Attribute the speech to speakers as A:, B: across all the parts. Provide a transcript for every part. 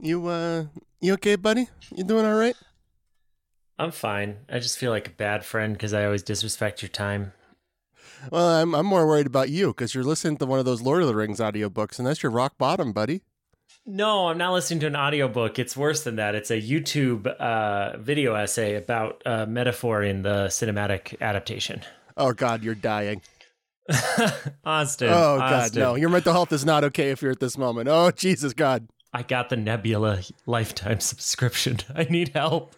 A: You uh, you okay, buddy? You doing all right?
B: I'm fine. I just feel like a bad friend because I always disrespect your time.
A: Well, I'm I'm more worried about you because you're listening to one of those Lord of the Rings audiobooks, and that's your rock bottom, buddy.
B: No, I'm not listening to an audiobook. It's worse than that. It's a YouTube uh, video essay about uh, metaphor in the cinematic adaptation.
A: Oh God, you're dying.
B: Austin.
A: Oh God,
B: Austin.
A: no! Your mental health is not okay if you're at this moment. Oh Jesus, God!
B: I got the Nebula lifetime subscription. I need help.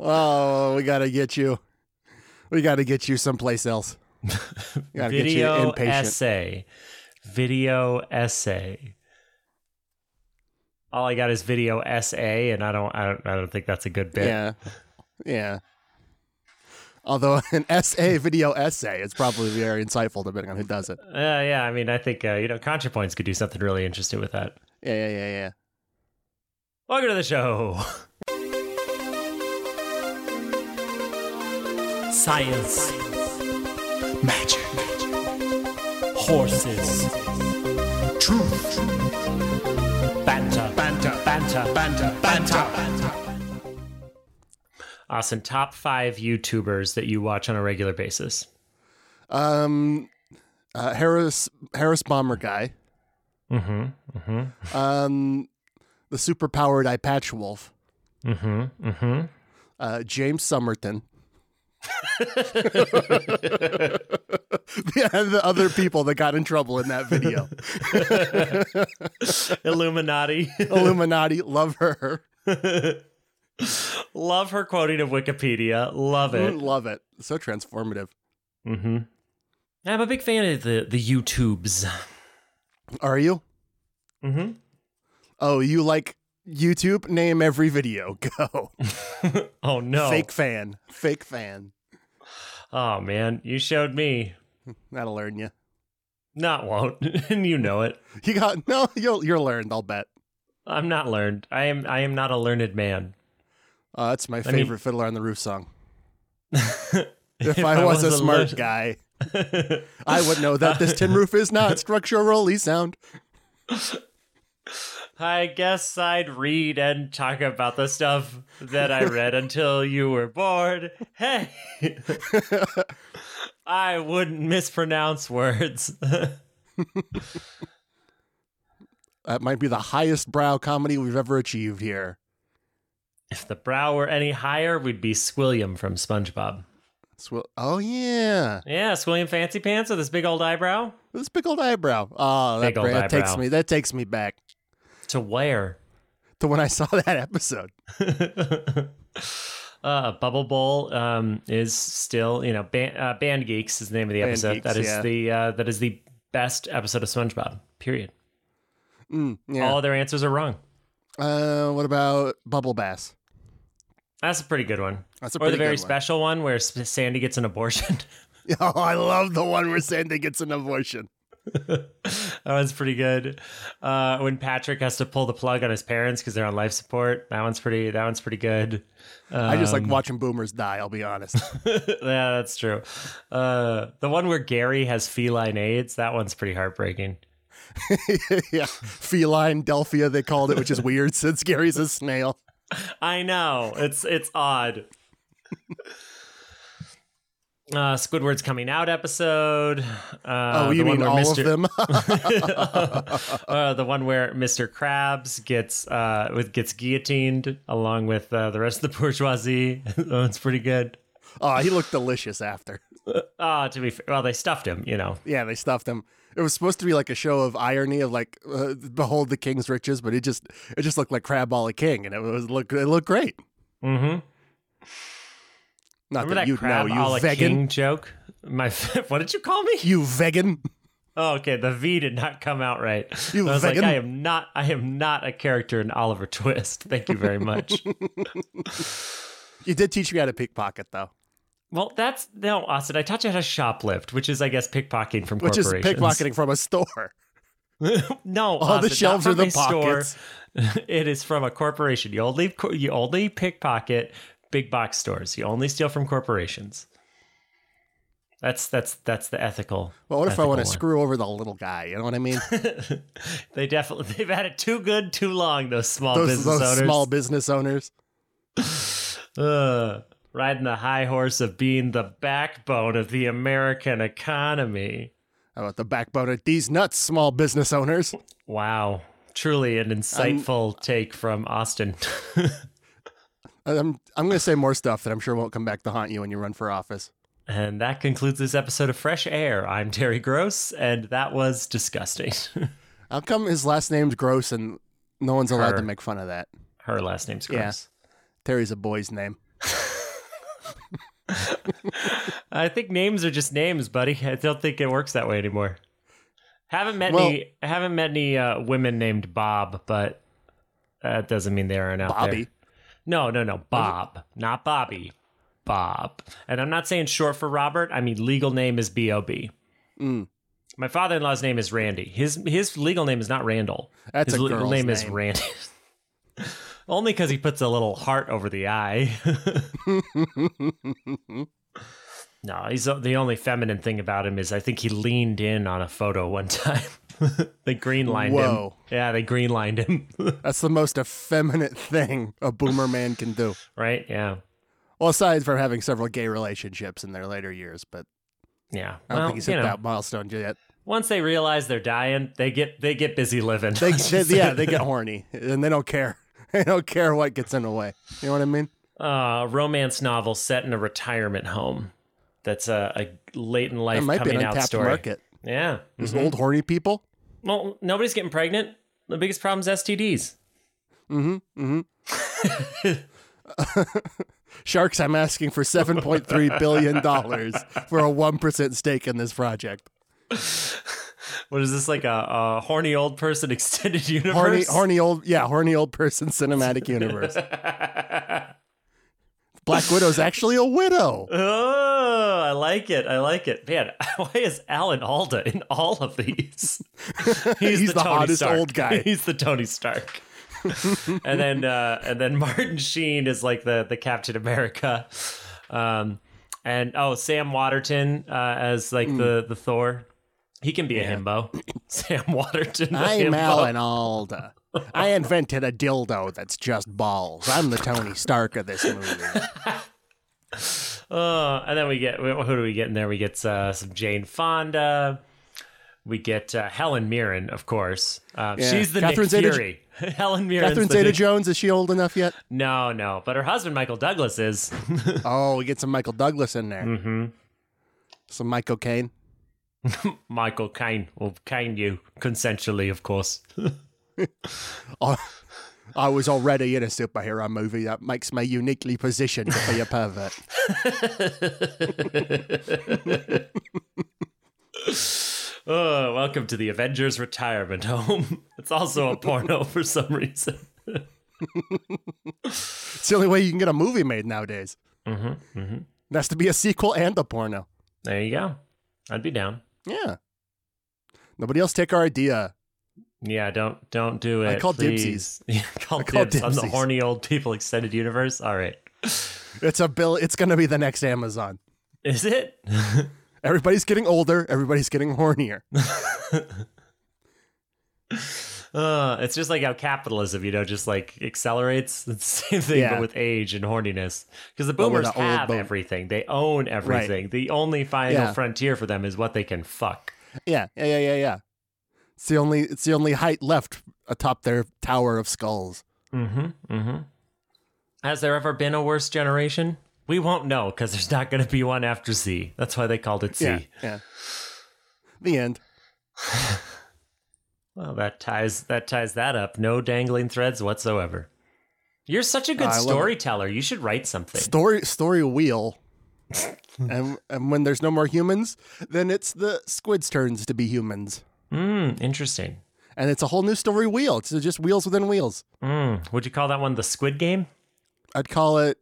A: Oh, we gotta get you. We gotta get you someplace else. We gotta get you
B: Video
A: inpatient.
B: essay. Video essay. All I got is video essay, and I don't, I don't, I don't think that's a good bit.
A: Yeah, yeah. Although an SA video essay, it's probably very insightful depending on who does it.
B: Uh, yeah, I mean, I think uh, you know, ContraPoints could do something really interesting with that.
A: Yeah, yeah, yeah, yeah.
B: Welcome to the show.
C: Science. Magic. Horses. Truth. Banter. Banter. Banter. Banter. Banter.
B: Austin, top five YouTubers that you watch on a regular basis.
A: Um, uh, Harris Harris bomber guy.
B: Mm-hmm. Mm-hmm.
A: Um, the super powered eye patch wolf.
B: Mm-hmm. Mm-hmm.
A: Uh, James Somerton. yeah, the other people that got in trouble in that video.
B: Illuminati.
A: Illuminati, love her.
B: Love her quoting of Wikipedia. Love it.
A: Mm, Love it. So transformative.
B: Mm-hmm. I'm a big fan of the the YouTubes.
A: Are you?
B: Mm-hmm.
A: Oh, you like YouTube? Name every video. Go.
B: Oh no.
A: Fake fan. Fake fan.
B: Oh man, you showed me.
A: That'll learn you.
B: Not won't, and you know it.
A: You got no. You'll you're learned. I'll bet.
B: I'm not learned. I am. I am not a learned man.
A: Uh, that's my
B: mean-
A: favorite Fiddler on the Roof song. If, I, was, a smart guy,
B: learned-
A: I would know that this tin roof is not structurally sound.
B: I guess I'd read and talk about the stuff that I read until you were bored. Hey, I wouldn't mispronounce words.
A: That might be the highest brow comedy we've ever achieved here.
B: if the brow were any higher, we'd be Squilliam from SpongeBob.
A: Swill- oh yeah,
B: Yeah, Squilliam Fancy Pants with his big old eyebrow.
A: this pickled eyebrow. Oh, that,
B: Big old
A: bra- that takes
B: eyebrow.
A: me. That takes me back
B: To where?
A: to when I saw that episode.
B: uh, Bubble Bowl um, is still, you know, Ban- uh, Band Geeks is the name of the
A: Band
B: episode.
A: Geeks,
B: that is
A: yeah.
B: the uh, that is the best episode of SpongeBob. Period.
A: Mm, yeah.
B: All their answers are wrong.
A: uh, what about Bubble Bass?
B: That's a pretty good one.
A: That's a
B: or the
A: pretty
B: very
A: good one.
B: special one where S- Sandy gets an abortion.
A: Oh, I love the one where Sandy gets an abortion.
B: that one's pretty good. Uh, when Patrick has to pull the plug on his parents because they're on life support. That one's pretty. That one's pretty good. Uh,
A: I just
B: Um,
A: like watching boomers die. I'll be honest.
B: yeah, that's true. Uh, the one where Gary has feline AIDS. That one's pretty heartbreaking.
A: yeah, feline Delphia they called it, which is weird since Gary's a snail.
B: I know. It's it's odd. Uh, Squidward's coming out episode. Uh,
A: oh, you
B: the one
A: mean all
B: where Mr.
A: of them?
B: uh, the one where Mr. Krabs gets uh, with gets guillotined along with uh, the rest of the bourgeoisie. that one's pretty good.
A: oh, he looked delicious after.
B: Ah, to be fair, well, they stuffed him. You know,
A: Yeah, they stuffed him. It was supposed to be like a show of irony of like, uh, behold the king's riches, but it just it just looked like crab all a king, and it was look it looked great.
B: mm-hmm.
A: Not
B: remember
A: that,
B: that
A: you know,
B: crab a la
A: you vegan,
B: king joke? My what did you call me?
A: you vegan.
B: Oh, okay. The V did not come out right.
A: You
B: I was
A: vegan.
B: like, I am not. I am not a character in Oliver Twist. Thank you very much.
A: You did teach me how to pickpocket though,
B: well, that's no, Austin. I taught you how to shoplift, which is, I guess, pickpocketing from
A: which is
B: corporations.
A: pickpocketing from a store.
B: No,
A: All the
B: Austin, not
A: shelves are
B: from
A: the
B: a store.
A: pockets.
B: it is from a corporation. You only co- you only pickpocket big box stores. You only steal from corporations. That's that's that's the ethical.
A: Well, what if I
B: ethical
A: want to
B: one.
A: screw over the little guy? You know what I mean?
B: They definitely they've had it too good too long. Those small
A: those
B: business
A: those
B: owners,
A: small business owners.
B: Ugh. riding the high horse of being the backbone of the American economy.
A: How about the backbone of these nuts, small business owners?
B: Wow, truly an insightful take from Austin.
A: Uh, I'm I'm going to say more stuff that I'm sure won't come back to haunt you when you run for office.
B: and that concludes this episode of Fresh Air. I'm Terry Gross, and that was disgusting.
A: How come his last name's Gross and no one's allowed
B: Her.
A: to make fun of that?
B: Her last name's
A: Yeah.
B: Gross.
A: Terry's a boy's name.
B: I think names are just names, buddy. I don't think it works that way anymore. Haven't met
A: Well-
B: any. I haven't met any uh, women named Bob, but that doesn't mean they aren't out there.
A: Bobby.
B: No, no, no, Bob, not Bobby, Bob. And I'm not saying short for Robert. I mean legal name is B O B.
A: Mm,
B: My father-in-law's name is Randy. His his legal name is not Randall.
A: that's
B: his
A: a
B: legal
A: girl's
B: name, is Randy. Only because he puts a little heart over the eye. No, he's the only feminine thing about him is I think he leaned in on a photo one time. they greenlined
A: Whoa.
B: him. Yeah, they greenlined him.
A: that's the most effeminate thing a boomer man can do.
B: right? Yeah.
A: Well, aside from having several gay relationships in their later years, but
B: Yeah.
A: I don't
B: well,
A: think he's
B: you
A: hit
B: know,
A: that milestone yet.
B: once they realize they're dying, they get they get busy living.
A: They,
B: Let's
A: they-
B: just say
A: yeah, they get horny and they don't care. They don't care what gets in the way. You know what I mean?
B: that. Uh, a romance novel set in a retirement home. That's a, a late in life
A: That might be
B: coming
A: an
B: out
A: untapped
B: story.
A: market.
B: Yeah.
A: There's
B: Mhm.
A: old horny people.
B: Well, nobody's getting pregnant. The biggest problem is STDs.
A: Mm-hmm. Mm-hmm. Sharks, I'm asking for seven point three billion dollars for a one percent stake in this project.
B: What is this like a, a horny old person extended universe?
A: Horny, horny old, yeah, horny old person cinematic universe. Black Widow's actually a widow.
B: Oh, I like it. I like it. Man, why is Alan Alda in all of these?
A: He's the
B: Tony
A: hottest
B: Stark.
A: old guy.
B: He's the Tony Stark. and then uh, and then Martin Sheen is like the the Captain America. Um, and oh, Sam Waterton uh, as
A: Hmm.
B: like the the Thor. He can be a himbo. Sam Waterton. the
A: I'm
B: himbo.
A: Alan Alda. I invented a dildo that's just balls. I'm the Tony Stark of this movie.
B: Uh, and then we get who do we get in there? We get uh, some Jane Fonda. We get uh, Helen Mirren, of course. Uh,
A: Yeah.
B: She's the
A: Catherine
B: Nick
A: Zeta-
B: Fury. Helen Mirren.
A: Catherine Zeta-Jones is she old enough yet?
B: No, no, but her husband Michael Douglas is.
A: Oh, we get some Michael Douglas in there. Mm-hmm. Some Michael Caine.
B: Michael Caine will cane you consensually, of course.
A: Oh, I was already in a superhero movie. That makes me uniquely positioned to be a pervert.
B: Oh, welcome to the Avengers retirement home. It's also a porno for some reason.
A: It's the only way you can get a movie made nowadays.
B: Mm-hmm, mm-hmm.
A: It has to be a sequel and a porno.
B: There you go. I'd be down.
A: Yeah. Nobody else take our idea.
B: Yeah, don't don't do it.
A: I call
B: please. Yeah, call,
A: I call
B: dibs on the
A: dibsies.
B: horny old people extended universe. All right,
A: It's a bill. It's gonna be the next Amazon.
B: is it?
A: Everybody's getting older. Everybody's getting hornier.
B: Uh, it's just like how capitalism, you know, just like accelerates. It's the same thing,
A: Yeah.
B: but with age and horniness. Because the
A: But with
B: boomers
A: the old
B: have
A: boom-
B: everything; they own everything. The only final
A: Yeah.
B: frontier for them is what they can fuck.
A: Yeah, yeah, yeah, yeah, yeah. It's the only it's the only height left atop their tower of skulls.
B: Mm-hmm. Mm-hmm. Has there ever been a worse generation? We won't know because there's not going to be one after Z. That's why they called it Z.
A: Yeah, yeah. The end.
B: Well, that ties that ties that up. No dangling threads whatsoever. You're such a good
A: I love it.
B: storyteller. You should write something.
A: Story story wheel. and and when there's no more humans, then it's the squids' turns to be humans,
B: Mm, interesting.
A: and it's a whole new story wheel. It's just
B: Hmm.
A: wheels within wheels.
B: Mm. Would you call that one the Squid Game?
A: I'd call it.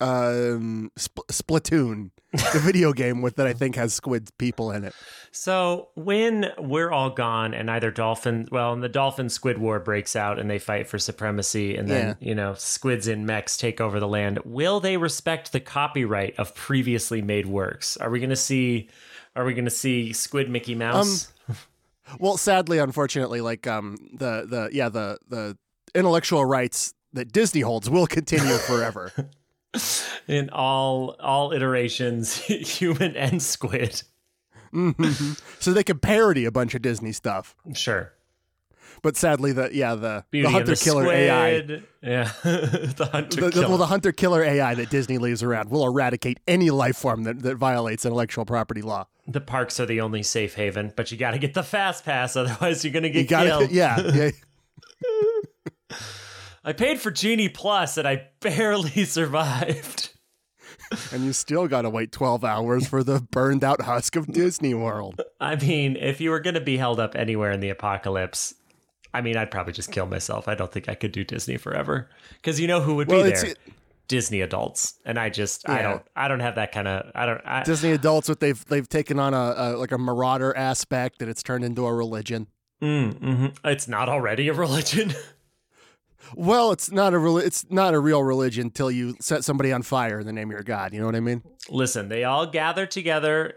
A: um, Spl- Splatoon, the video game with that I think has squid people in it.
B: So when we're all gone and either dolphin, well, and the dolphin squid war breaks out and they fight for supremacy, and then you know squids in mechs take over the land. Will they respect the copyright of previously made works? Are we going to see? Are we going to see Squid Mickey Mouse?
A: Well, sadly, unfortunately, like um, the the yeah the the intellectual rights that Disney holds will continue forever. Um,
B: in all all iterations, human and squid.
A: so they can parody a bunch of Disney stuff.
B: Sure.
A: But sadly, the yeah the,
B: Beauty
A: the
B: and
A: hunter killer AI,
B: Squid. Yeah. the hunter
A: the, the-
B: killer.
A: well the hunter killer AI that Disney leaves around will eradicate any life form that, that violates intellectual property law.
B: the parks are the only safe haven, but you got to get the fast pass, otherwise you're gonna get
A: You got
B: killed.
A: it? Yeah, yeah.
B: I paid for Genie Plus and I barely survived.
A: And you still got to wait twelve hours for the burned out husk of Disney World.
B: I mean, if you were gonna be held up anywhere in the apocalypse, I mean, I'd probably just kill myself. I don't think I could do Disney forever because you know who would
A: Well,
B: be
A: it's
B: there. Disney adults, and I just I
A: Yeah.
B: don't I don't have that kind of I don't I,
A: Disney adults with they've they've taken on a, a like a marauder aspect and it's turned into a religion.
B: Mm, mhm. It's not already a religion.
A: Well, it's not a rel- it's not a real religion until you set somebody on fire in the name of your god. You know what I mean?
B: Listen, they all gather together.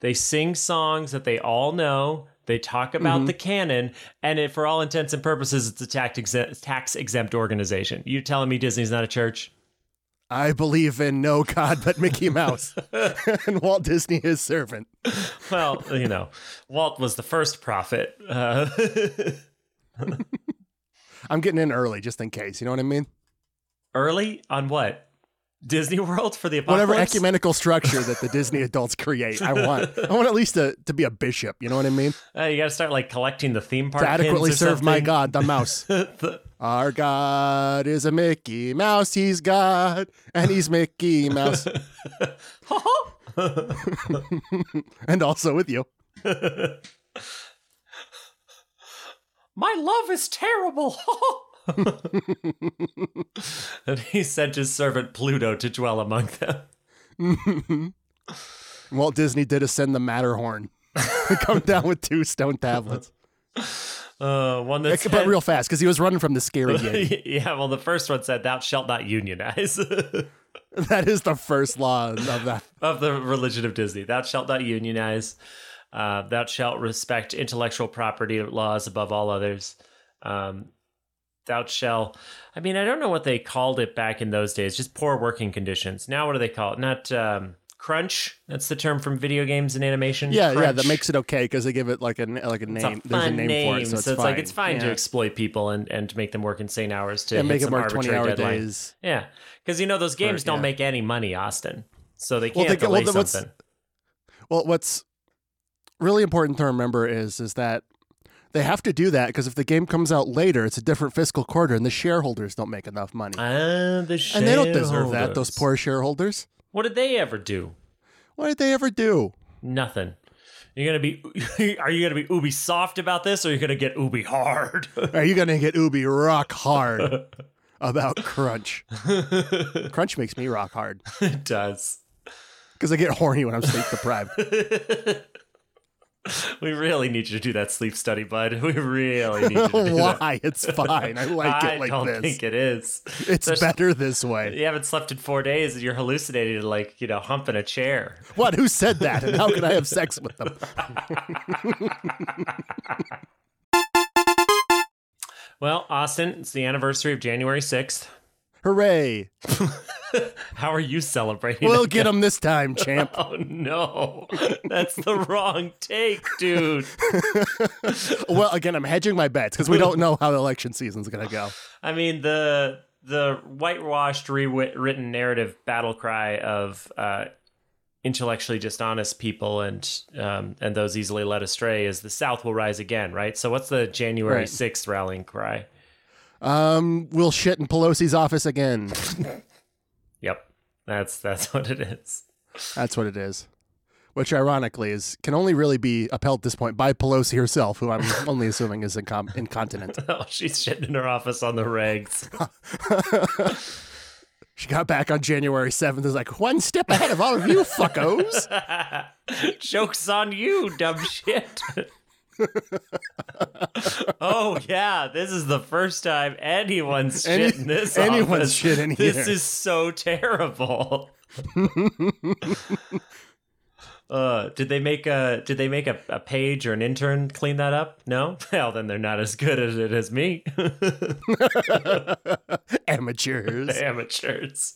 B: They sing songs that they all know. They talk about
A: Mm-hmm.
B: the canon, and it, for all intents and purposes, it's a tax exempt, tax exempt organization. You telling me Disney's not a church?
A: I believe in no god but Mickey Mouse and Walt Disney his servant.
B: Well, you know, Walt was the first prophet. Uh,
A: I'm getting in early just in case. You know what I mean?
B: early on what Disney World for the apocalypse?
A: Whatever ecumenical structure that the Disney adults create, I want. I want at least to to be a bishop. You know what I mean?
B: Uh, you got to start like collecting the theme park
A: To
B: pins
A: adequately
B: or
A: serve my
B: something.
A: god, the mouse.
B: The-
A: Our god is a Mickey Mouse. He's God, and he's Mickey Mouse, and also with you.
B: my love is terrible. and he sent his servant Pluto to dwell among them.
A: Walt Disney did ascend the Matterhorn. Come down with two stone tablets,
B: Uh, one that said,
A: but real fast because he was running from the scary game.
B: yeah, well, the first one said, "Thou shalt not unionize."
A: that is the first law of that.
B: of the religion of Disney, "Thou shalt not unionize." Uh, thou shalt respect intellectual property laws above all others. Um, thou shalt. I mean, I don't know what they called it back in those days. Just poor working conditions. Now, what do they call it? Not um, crunch. That's the term from video games and animation.
A: Yeah, yeah,
B: Crunch.
A: that makes it okay because they give it like a n- like a name.
B: It's a
A: There's a
B: fun
A: name, for it, so it's,
B: it's
A: fine.
B: like it's fine to
A: Yeah.
B: exploit people and, and to make them work insane hours to
A: and
B: hit
A: make it
B: some
A: work twenty
B: arbitrary
A: hour
B: deadline.
A: days.
B: Yeah, because you know those games don't
A: yeah.
B: make any money, Austin. So they
A: Well,
B: can't
A: they get- well,
B: delay
A: then what's-
B: something.
A: Well, what's really important to remember is is that they have to do that because if the game comes out later, it's a different fiscal quarter, and the shareholders don't make enough money,
B: Ah, the
A: and they don't deserve that.
B: shareholders.
A: Those poor shareholders.
B: What did they ever do?
A: What did they ever do?
B: Nothing. You're gonna be. Are you gonna be ubi soft about this, or you're gonna get ubi hard?
A: Are you gonna get Ubi rock hard about Crunch? Crunch makes me rock hard
B: it does.
A: because I get horny when I'm sleep deprived.
B: We really need you to do that sleep study, bud. We really need you to do that.
A: Why? It's fine. I like
B: I
A: it like
B: don't
A: this.
B: think it is.
A: it's better this way.
B: You haven't slept in four days, and you're hallucinating, like you know, humping a chair.
A: What? Who said that? And how can I have sex with them?
B: Well, Austin, it's the anniversary of January 6th.
A: Hooray!
B: How are you celebrating?
A: We'll
B: it?
A: get them this time, champ.
B: oh no, that's the wrong take, dude.
A: Well, again, I'm hedging my bets because we don't know how the election season's gonna go.
B: I mean the the whitewashed, rewritten narrative battle cry of uh, intellectually dishonest people and um, and those easily led astray is the South will rise again, right? So what's the January
A: Right.
B: 6th rallying cry?
A: Um, we'll shit in Pelosi's office again.
B: Yep, that's that's what it is.
A: That's what it is. Which, ironically, is can only really be upheld at this point by Pelosi herself, who I'm only assuming is incom- incontinent.
B: Oh, she's shitting in her office on the regs.
A: She got back on January 7th. Is like one step ahead of all of you fuckos.
B: Joke's on you, dumb shit. oh yeah, this is the first time anyone's shit
A: Any-
B: in this.
A: anyone's
B: office.
A: shit in
B: This
A: here.
B: is so terrible. uh, did they make a Did they make a, a page or an intern clean that up? No. Well, then they're not as good at it as me.
A: Amateurs.
B: Amateurs.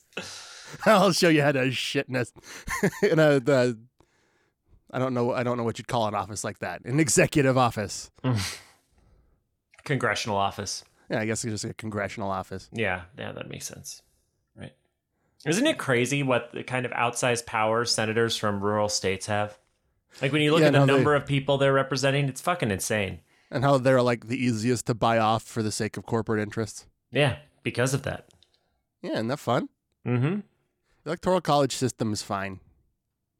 A: I'll show you how to shit in a, in a the, I don't know I don't know what you'd call an office like that. An executive office.
B: Congressional office.
A: Yeah, I guess it's just a congressional office.
B: Yeah, yeah, that makes sense. Right. Isn't it crazy what the kind of outsized power senators from rural states have? Like when you look
A: Yeah,
B: at the
A: no, they-
B: number of people they're representing, it's fucking insane.
A: And how they're like the easiest to buy off for the sake of corporate interests.
B: Yeah, because of that.
A: Yeah, isn't that fun?
B: Mm-hmm.
A: The electoral college system is fine.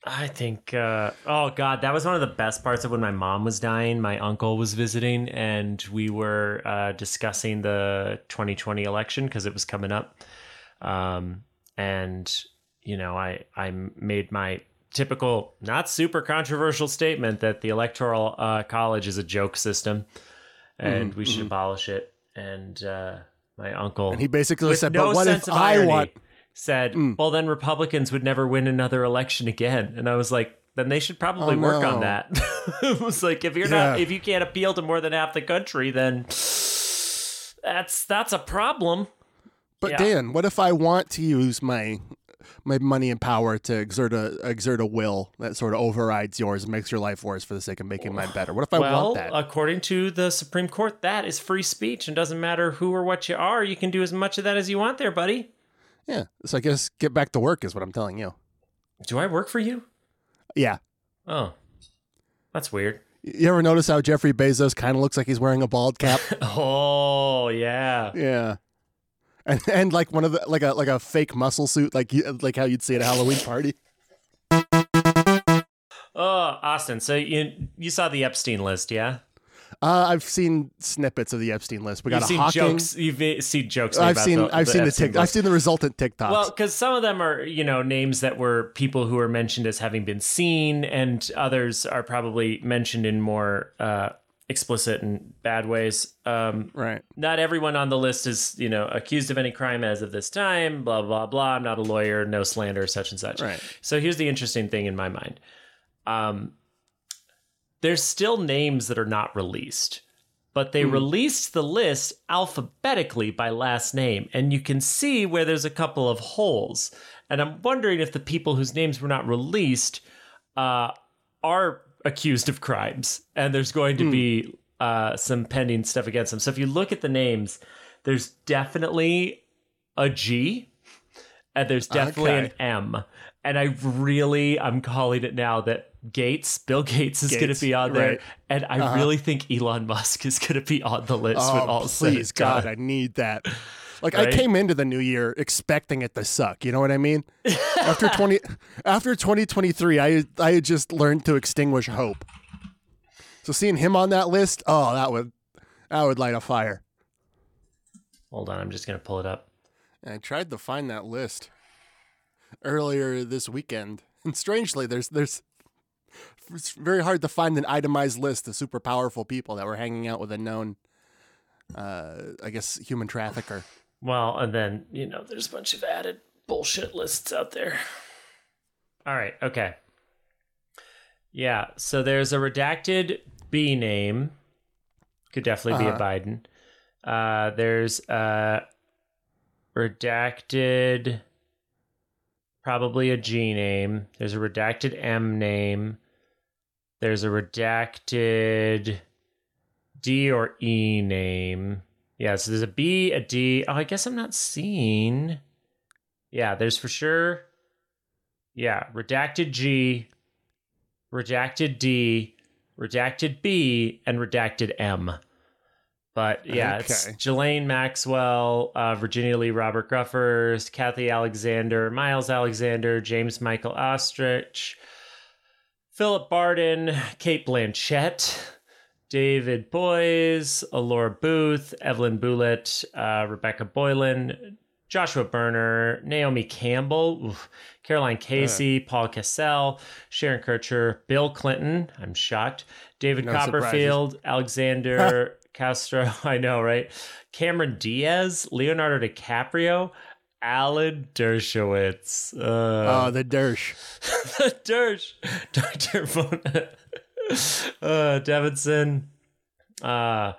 B: I think uh, oh god, that was one of the best parts of when my mom was dying. My uncle was visiting and we were uh, discussing the 2020 election because it was coming up. Um, and you know, I I made my typical not super controversial statement that the electoral uh, college is a joke system and we should abolish it. And uh, my uncle
A: Mm-hmm, And he basically
B: with
A: said,
B: no
A: "But what
B: sense
A: if
B: of
A: I
B: irony,
A: want?" Mm.
B: said, well, then Republicans would never win another election again. And I was like, then they should probably
A: Oh,
B: work
A: no.
B: on that. it was like, if you're
A: Yeah.
B: not, if you can't appeal to more than half the country, then that's that's a problem.
A: But
B: Yeah.
A: Dan, what if I want to use my my money and power to exert a exert a will that sort of overrides yours and makes your life worse for the sake of making mine better? What if I
B: well, uh,
A: want that?
B: according to the Supreme Court, that is free speech, and doesn't matter who or what you are, you can do as much of that as you want, there, buddy.
A: yeah. So I guess get back to work is what I'm telling you.
B: Do I work for you?
A: Yeah.
B: Oh, that's weird.
A: You ever notice how Jeffrey Bezos kind of looks like he's wearing a bald cap?
B: Oh yeah,
A: yeah. And, and like one of the like a like a fake muscle suit like you, like how you'd see at a Halloween party.
B: Oh, Austin, so you you saw the Epstein list, yeah?
A: Uh, I've seen snippets of the Epstein list. We got
B: You've
A: a
B: seen
A: Hawking.
B: jokes. You've eh, seen jokes. made
A: I've
B: about
A: seen
B: the,
A: I've
B: the
A: seen the
B: Epstein
A: tic- I've
B: list.
A: seen the resultant TikToks.
B: Well, because some of them are you know names that were people who were mentioned as having been seen, and others are probably mentioned in more uh, explicit and bad ways. Um,
A: right.
B: not everyone on the list is you know accused of any crime as of this time blah blah blah i'm not a lawyer no slander such and such
A: Right.
B: so here's the interesting thing in my mind um there's still names that are not released but they released the list alphabetically by last name and you can see where there's a couple of holes and i'm wondering if the people whose names were not released uh, are accused of crimes, and there's going to be uh, some pending stuff against them. So if you look at the names, there's definitely a G, and there's definitely
A: Okay.
B: an M. And I really, I'm calling it now that Gates, Bill Gates, is going
A: Gates,
B: to be on there,
A: right. Uh-huh.
B: and I really think Elon Musk is going to be on the list
A: Oh,
B: when all is said and
A: please, God,
B: done.
A: I need that. Like I
B: Right?
A: came into the new year expecting it to suck. You know what I mean? after twenty, after twenty twenty three, I I had just learned to extinguish hope. So seeing him on that list, oh, that would that would light a fire.
B: Hold on, I'm just going to pull it up.
A: And I tried to find that list earlier this weekend, and strangely, there's there's it's very hard to find an itemized list of super powerful people that were hanging out with a known, uh, I guess, human
B: Uh,
A: trafficker.
B: Well, and then, you know, there's a bunch of added bullshit lists out there. All right, okay. Yeah, so there's a redacted B name. Could definitely be a Biden. Uh, there's a redacted, probably a G name. There's a redacted M name. There's a redacted D or E name. Yeah, so there's a B, a D. Oh, I guess I'm not seeing. Yeah, there's for sure. Yeah, redacted G, redacted D, redacted B, and redacted M. But yeah, it's
A: Okay.
B: Jelaine Maxwell, uh, Virginia Lee Robert Gruffers, Kathy Alexander, Miles Alexander, James Michael Ostrich, Philip Barden, Kate Blanchett, David Boys, Alora Booth, Evelyn Boulett, uh, Rebecca Boylan, Joshua Berner, Naomi Campbell, oof, Caroline Casey, Paul Cassell, Sharon Kircher, Bill Clinton. I'm shocked. David
A: No
B: Copperfield, Alexander Castro. I know, right? Cameron Diaz, Leonardo DiCaprio, Alan Dershowitz. Uh,
A: Oh, the Dersh.
B: the Dersh, Dr. Von uh, Davidson, uh,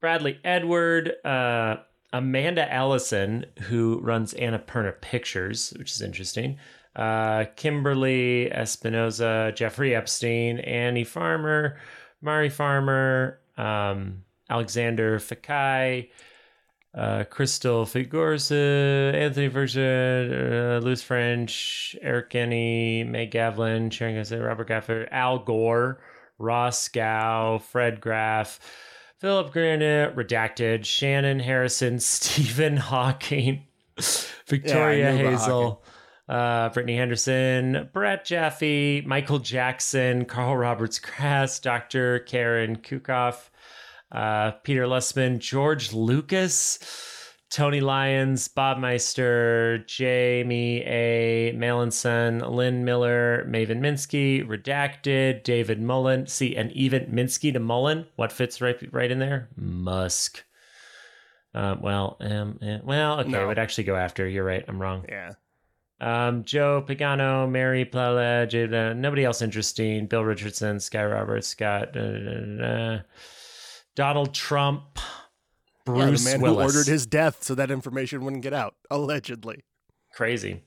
B: Bradley Edward, uh, Amanda Allison, who runs Annapurna Pictures, which is interesting, uh, Kimberly Espinoza, Jeffrey Epstein, Annie Farmer, Mari Farmer, um, Alexander Fakai, uh, Crystal Figursa, Anthony Versa, uh, Louis French, Eric Kenny, Meg Gavlin, Sharon Gossett, Robert Gafford, Al Gore, Ross Gow, Fred Graff, Philip Granite, Redacted, Shannon Harrison, Stephen Hawking, Victoria
A: knew about
B: Hazel, uh, Brittany Henderson, Brett Jaffe, Michael Jackson, Carl Roberts Grass, Dr. Karen Kukoff, uh, Peter Lessman, George Lucas, Tony Lyons, Bob Meister, Jamie A. Malinson, Lynn Miller, Maven Minsky, Redacted, David Mullen. See, and even Minsky to Mullen. What fits right right in there? Musk. Uh, well, um, eh, well, okay,
A: No.
B: it would actually go after. You're right. I'm wrong.
A: Yeah.
B: Um, Joe Pagano, Mary Plala, Jay, uh, nobody else interesting. Bill Richardson, Sky Roberts, Scott, da, da, da, da, da. Donald Trump,
A: Yeah,
B: Bruce
A: the man
B: Willis.
A: who ordered his death so that information wouldn't get out, allegedly.
B: Crazy.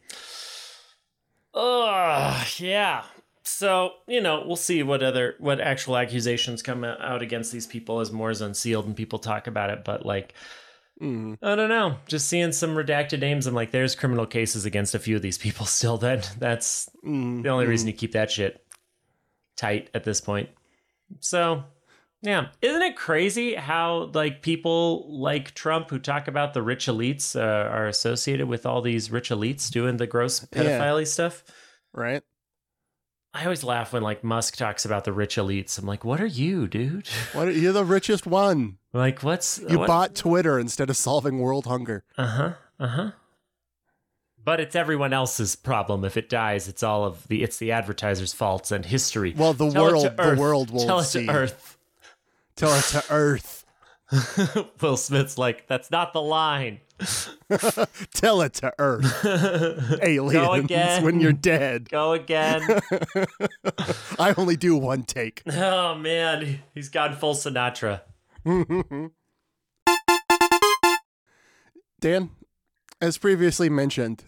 B: Ugh, yeah. So you know, we'll see what other what actual accusations come out against these people as more is unsealed and people talk about it. But like,
A: Mm.
B: I don't know. Just seeing some redacted names, I'm like, there's criminal cases against a few of these people still. That that's
A: Mm.
B: the only reason you keep that shit tight at this point. So, yeah, isn't it crazy how like people like Trump who talk about the rich elites uh, are associated with all these rich elites doing the gross
A: Yeah.
B: pedophile stuff?
A: Mm-hmm. Right?
B: I always laugh when like Musk talks about the rich elites. I'm like, what are you, dude?
A: What, you're the richest one.
B: like, what's
A: You bought Twitter instead of solving world hunger.
B: Uh huh. Uh huh. But it's everyone else's problem. If it dies, it's all of the it's the advertiser's faults and history.
A: Well, the
B: Tell it to
A: world, the
B: Earth.
A: world will
B: Tell it
A: see.
B: to Earth.
A: Tell it to Earth.
B: Will Smith's like, that's not the line.
A: Tell it to Earth. Aliens,
B: again.
A: when you're dead,
B: Go again.
A: I only do one take.
B: oh man, he's gone full Sinatra.
A: Dan, as previously mentioned,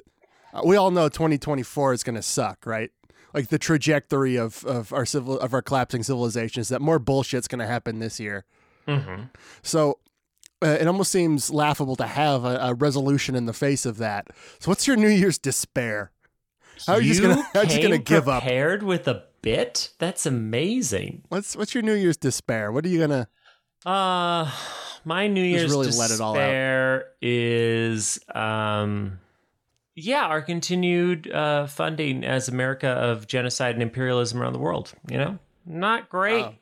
A: uh, we all know 2024 is going to suck, right? Like the trajectory of, of our civil of our collapsing civilization is that more bullshit's going to happen this year.
B: Mm-hmm.
A: So uh, it almost seems laughable to have a, a resolution in the face of that. So what's your New Year's despair? How are you just gonna- how are you just gonna give up?
B: Prepared with a bit? That's amazing.
A: What's what's your New Year's despair? What are you gonna?
B: Uh my New Year's
A: really
B: despair
A: let it all out.
B: is um yeah, our continued uh, funding as America of genocide and imperialism around the world. You know, not great.
A: Wow. I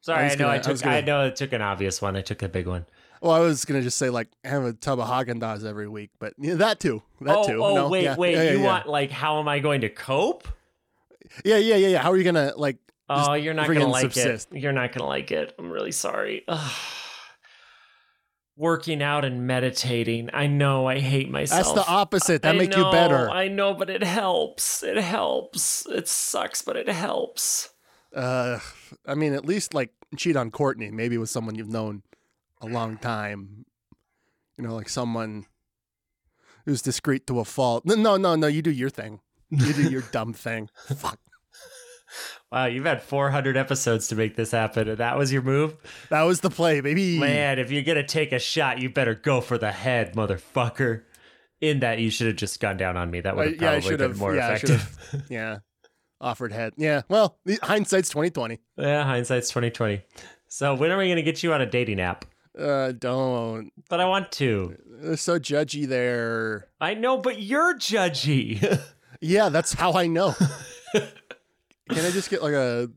B: Sorry, I,
A: was
B: know
A: gonna-
B: I
A: Oh. I
B: took.
A: was gonna-
B: I know I took an obvious one. I took a big one.
A: Well, I was gonna just say like have a tub of Haagen Dazs every week, but yeah, that too, that
B: Oh,
A: too.
B: oh,
A: No,
B: wait,
A: yeah,
B: wait.
A: yeah, yeah,
B: you
A: yeah.
B: want like how am I going to cope?
A: Yeah, yeah, yeah, yeah. How are you gonna like?
B: Oh, you're not
A: friggin'
B: gonna like
A: subsist.
B: it. You're not gonna like it. I'm really sorry. Ugh. Working out and meditating. I know I hate myself.
A: That's the opposite. That
B: I
A: make
B: know,
A: you better.
B: I know, but it helps. It helps. It sucks, but it helps.
A: Uh, I mean, at least like cheat on Courtney, maybe with someone you've known a long time. You know, like someone who's discreet to a fault. No, no, no, no. You do your thing. You do your dumb thing. Fuck.
B: Wow, you've had 400 episodes to make this happen, and that was your move?
A: That was the play, baby.
B: Man, if you're going to take a shot, you better go for the head, motherfucker. In that, you should have just gone down on me. That would
A: I,
B: have
A: Uh, yeah, I
B: probably
A: should
B: been
A: have.
B: more
A: Yeah, I should
B: effective.
A: have. Yeah. Offered head. Yeah. Well, the- hindsight's twenty twenty.
B: yeah, hindsight's 2020. So, when are we going to get you on a dating app?
A: Uh, don't.
B: But I want to.
A: They're so judgy there.
B: I know, but you're judgy.
A: Yeah, that's how I know. Can I just get like a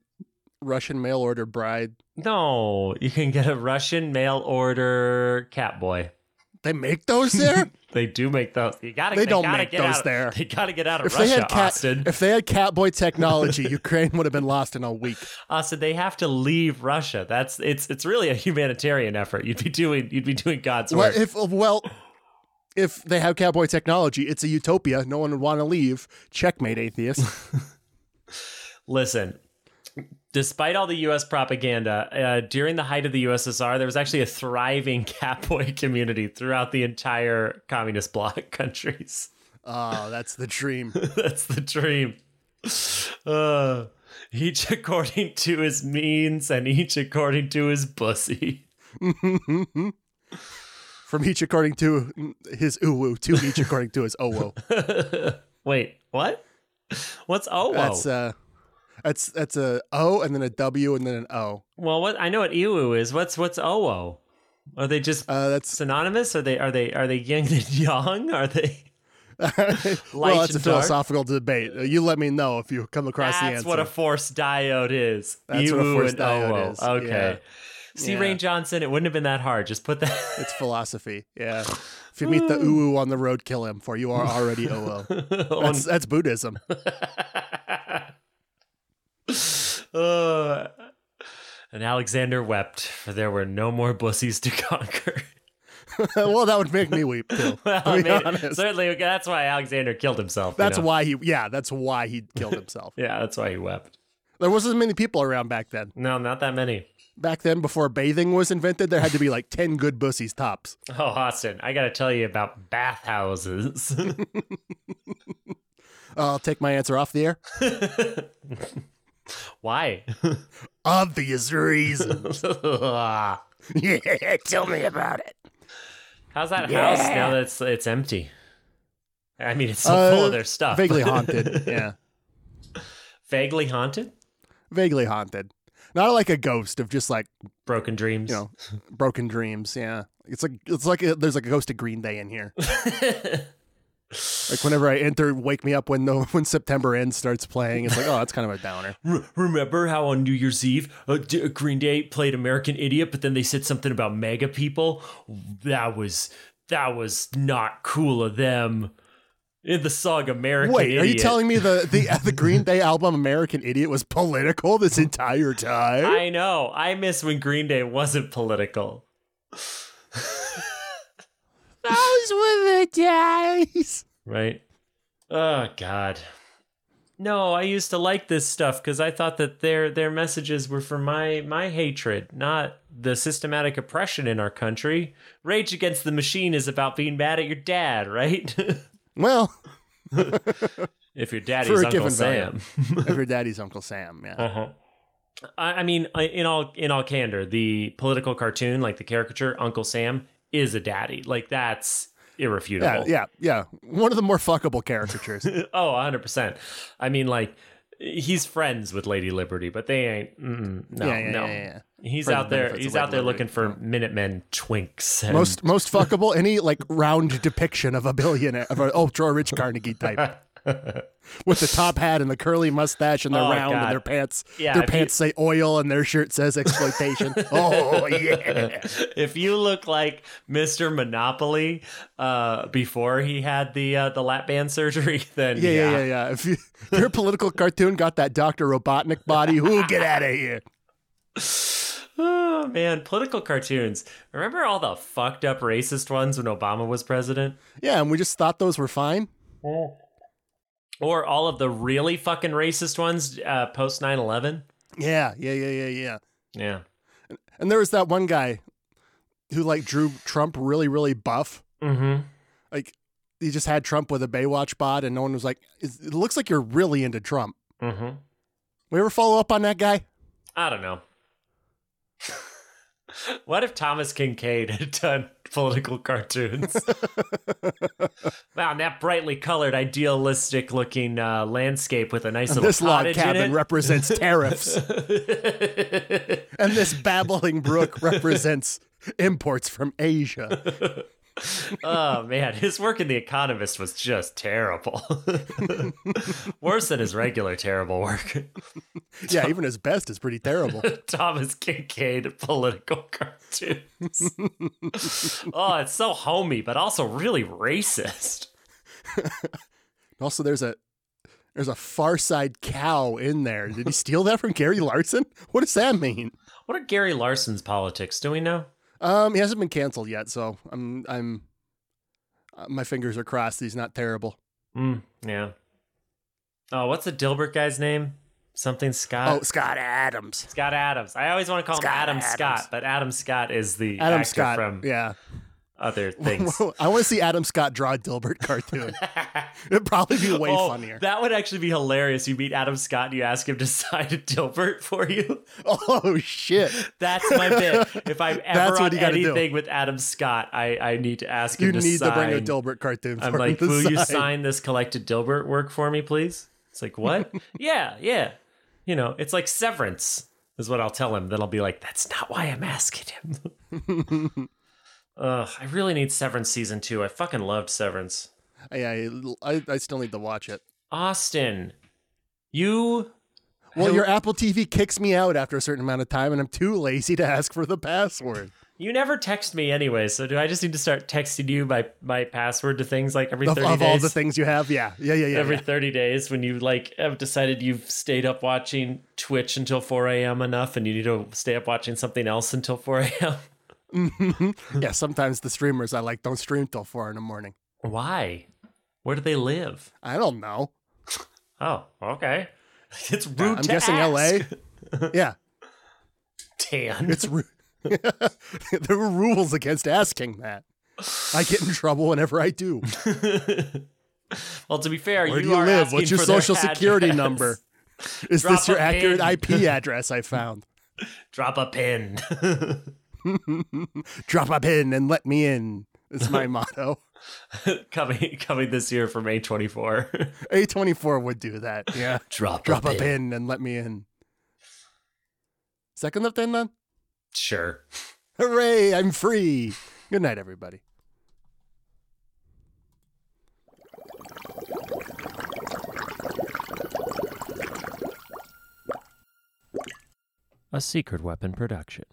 A: Russian mail order bride?
B: no, you can get a Russian mail order cat boy.
A: They make those there.
B: They do make those. You gotta.
A: They don't
B: gotta
A: make
B: get
A: those
B: out,
A: there.
B: They gotta get out of
A: if
B: Russia,
A: they had cat,
B: Austin.
A: if they had Catboy technology, Ukraine would have been lost in a week.
B: Austin, they have to leave Russia. That's it's it's really a humanitarian effort. You'd be doing you'd be doing God's
A: Well,
B: work.
A: if well, if they have Catboy technology, it's a utopia. No one would want to leave. Checkmate, atheist.
B: Listen, despite all the U.S. propaganda, uh, during the height of the USSR, there was actually a thriving catboy community throughout the entire communist bloc countries.
A: oh, that's the dream.
B: That's the dream. Uh, each according to his means and each according to his pussy.
A: From each according to his uwu, to each according to his owo.
B: Wait, what? What's oh?
A: That's uh, that's that's a O and then a W and then an O.
B: Well, what I know what iwu is. What's what's oo? Are they just
A: Uh, that's
B: synonymous? Are they are they are they yin and yang? Are they?
A: well, that's a
B: and dark?
A: philosophical debate. Uh, You let me know if you come across the
B: That's
A: answer.
B: what a force diode is.
A: That's what a
B: Iwu
A: force
B: and
A: diode
B: oo.
A: is.
B: Okay.
A: Yeah.
B: See,
A: Yeah.
B: Rain Johnson, it wouldn't have been that hard. Just put that.
A: it's philosophy. Yeah. If you meet
B: Hmm.
A: the uwu on the road, kill him, for you are already oo. That's, that's Buddhism.
B: Uh, and Alexander wept, for there were no more bussies to conquer.
A: well, that would make me weep too.
B: well,
A: to
B: I
A: be
B: mean,
A: honest.
B: certainly that's why Alexander killed himself. you
A: That's
B: know?
A: why he. Yeah, that's why he killed himself.
B: Yeah, that's why he wept.
A: There wasn't many people around back then.
B: No, not that many.
A: Back then, before bathing was invented, there had to be like ten good bussies tops.
B: Oh, Austin, I got to tell you about bathhouses.
A: Uh, I'll take my answer off the air.
B: Why?
A: Obvious reason.
B: How's
A: yeah, tell me about it.
B: that house now that it's, it's empty? I mean, it's so full
A: Uh,
B: of their stuff.
A: Vaguely haunted. Yeah,
B: Vaguely haunted?
A: vaguely haunted. Not like a ghost of just like
B: Broken dreams.
A: you know broken dreams. Yeah, it's like it's like a, there's like a ghost of Green Day in here. Like whenever I enter, wake me up when the when September End starts playing. It's like oh, that's kind of a downer.
B: R- remember how on New Year's Eve, uh, D- Green Day played American Idiot, but then they said something about mega people? That was that was not cool of them. In the song American
A: Wait,
B: Idiot.
A: are you telling me the the the Green Day album American Idiot was political this entire time?
B: I know. I miss when Green Day wasn't political.
A: Those were the days.
B: right? Oh God. No, I used to like this stuff because I thought that their their messages were for my my hatred, not the systematic oppression in our country. Rage Against the Machine is about being mad at your dad, right?
A: Well,
B: if your daddy's
A: For a
B: Uncle
A: given value.
B: Sam.
A: if your daddy's Uncle Sam, yeah.
B: Uh-huh. I, I mean, I- in all in all candor, the political cartoon, like the caricature Uncle Sam, is a daddy. Like that's
A: Yeah,
B: irrefutable.
A: yeah, yeah. One of the more fuckable caricatures.
B: Oh, 100%. I mean, like, he's friends with Lady Liberty, but they ain't. Mm, no,
A: Yeah, yeah,
B: no.
A: yeah, yeah.
B: He's
A: Friends
B: out there.
A: benefits of
B: He's
A: Lady
B: out there
A: Liberty,
B: looking for Minutemen twinks. and-
A: Most most fuckable. Any like round depiction of a billionaire of an ultra rich Carnegie type. With the top hat and the curly mustache and the
B: Oh,
A: round
B: God.
A: and their pants,
B: Yeah,
A: their
B: if you-
A: pants say oil and their shirt says exploitation. oh yeah,
B: if you look like Mr. Monopoly uh, before he had the uh, the lap band surgery, then
A: Yeah, yeah, yeah, yeah. If, you, if your political cartoon got that Dr. Robotnik body, who get out of here?
B: Oh man, political cartoons. Remember all the fucked up racist ones when Obama was president?
A: Yeah, and we just thought those were fine.
B: Or all of the really fucking racist ones uh, post 9/11?
A: Yeah, yeah, yeah, yeah, yeah.
B: Yeah.
A: And there was that one guy who like drew Trump really, really buff.
B: Mhm.
A: Like he just had Trump with a Baywatch bod, and no one was like, "Is- "It looks like you're really into Trump."
B: Mhm.
A: We ever follow up on that guy?
B: I don't know. what if Thomas Kincaid had done political cartoons? wow, and that brightly colored, idealistic looking uh, landscape with a nice little
A: This log
B: cottage
A: cabin
B: in it.
A: represents tariffs, and this babbling brook represents imports from Asia.
B: oh man, his work in The Economist was just terrible. Worse than his regular terrible work.
A: yeah, even his best is pretty terrible.
B: Thomas Kincaid political cartoons. oh, it's so homey, but also really racist.
A: also, there's a there's a Far Side cow in there. Did he steal that from Gary Larson? What does that mean?
B: What are Gary Larson's politics? Do we know?
A: Um, he hasn't been canceled yet, so I'm I'm uh, my fingers are crossed. He's not terrible.
B: Mm, yeah. Oh, what's the Dilbert guy's name? Something Scott.
A: Oh, Scott Adams.
B: Scott Adams. I always want to call
A: Scott
B: him Adam
A: Adams.
B: Scott, but Adam Scott is the
A: Adam
B: actor
A: Scott.
B: from
A: yeah.
B: other things.
A: I want to see Adam Scott draw a Dilbert cartoon. It'd probably be way
B: Oh,
A: funnier.
B: That would actually be hilarious. You meet Adam Scott and you ask him to sign a Dilbert for you.
A: oh shit!
B: That's my bit. If I'm ever
A: That's what
B: on
A: you gotta do.
B: anything with Adam Scott, I, I need to ask him
A: You
B: to
A: need
B: sign.
A: to bring a Dilbert cartoon. For
B: I'm like,
A: him to
B: will you
A: sign.
B: sign this collected Dilbert work for me, please? It's like, what? yeah, yeah. You know, it's like severance is what I'll tell him. Then I'll be like, that's not why I'm asking him. Ugh, I really need Severance season two. I fucking loved Severance.
A: Yeah, I, I still need to watch it.
B: Austin, you
A: Well, your Apple TV kicks me out after a certain amount of time, and I'm too lazy to ask for the password.
B: you never text me anyway, so do I just need to start texting you my, my password to things like every
A: Of,
B: 30
A: of
B: days?
A: all the things you have, yeah, yeah, yeah, yeah.
B: every
A: yeah.
B: 30 days when you like have decided you've stayed up watching twitch until 4 a.m enough and you need to stay up watching something else until 4 a.m
A: Yeah, sometimes the streamers I like don't stream till four in the morning.
B: why where do they live
A: I don't know.
B: oh okay it's rude
A: I'm
B: to
A: guessing
B: ask.
A: LA. Yeah,
B: dan
A: it's ru- there were rules against asking that. I get in trouble whenever I do.
B: well to be fair
A: Where
B: you
A: do you
B: are
A: live?
B: asking
A: What's your
B: for their
A: social security
B: address.
A: number? Is
B: Drop
A: this your
B: a
A: accurate
B: pin.
A: IP address I found?
B: drop a pin
A: Drop a pin and let me in. Is my motto.
B: coming coming this year from a24
A: A24 would do that. Yeah.
B: drop
A: Drop a pin and let me in. Second of 10 then?
B: sure
A: Hooray, I'm free. Good night, everybody.
B: a secret weapon production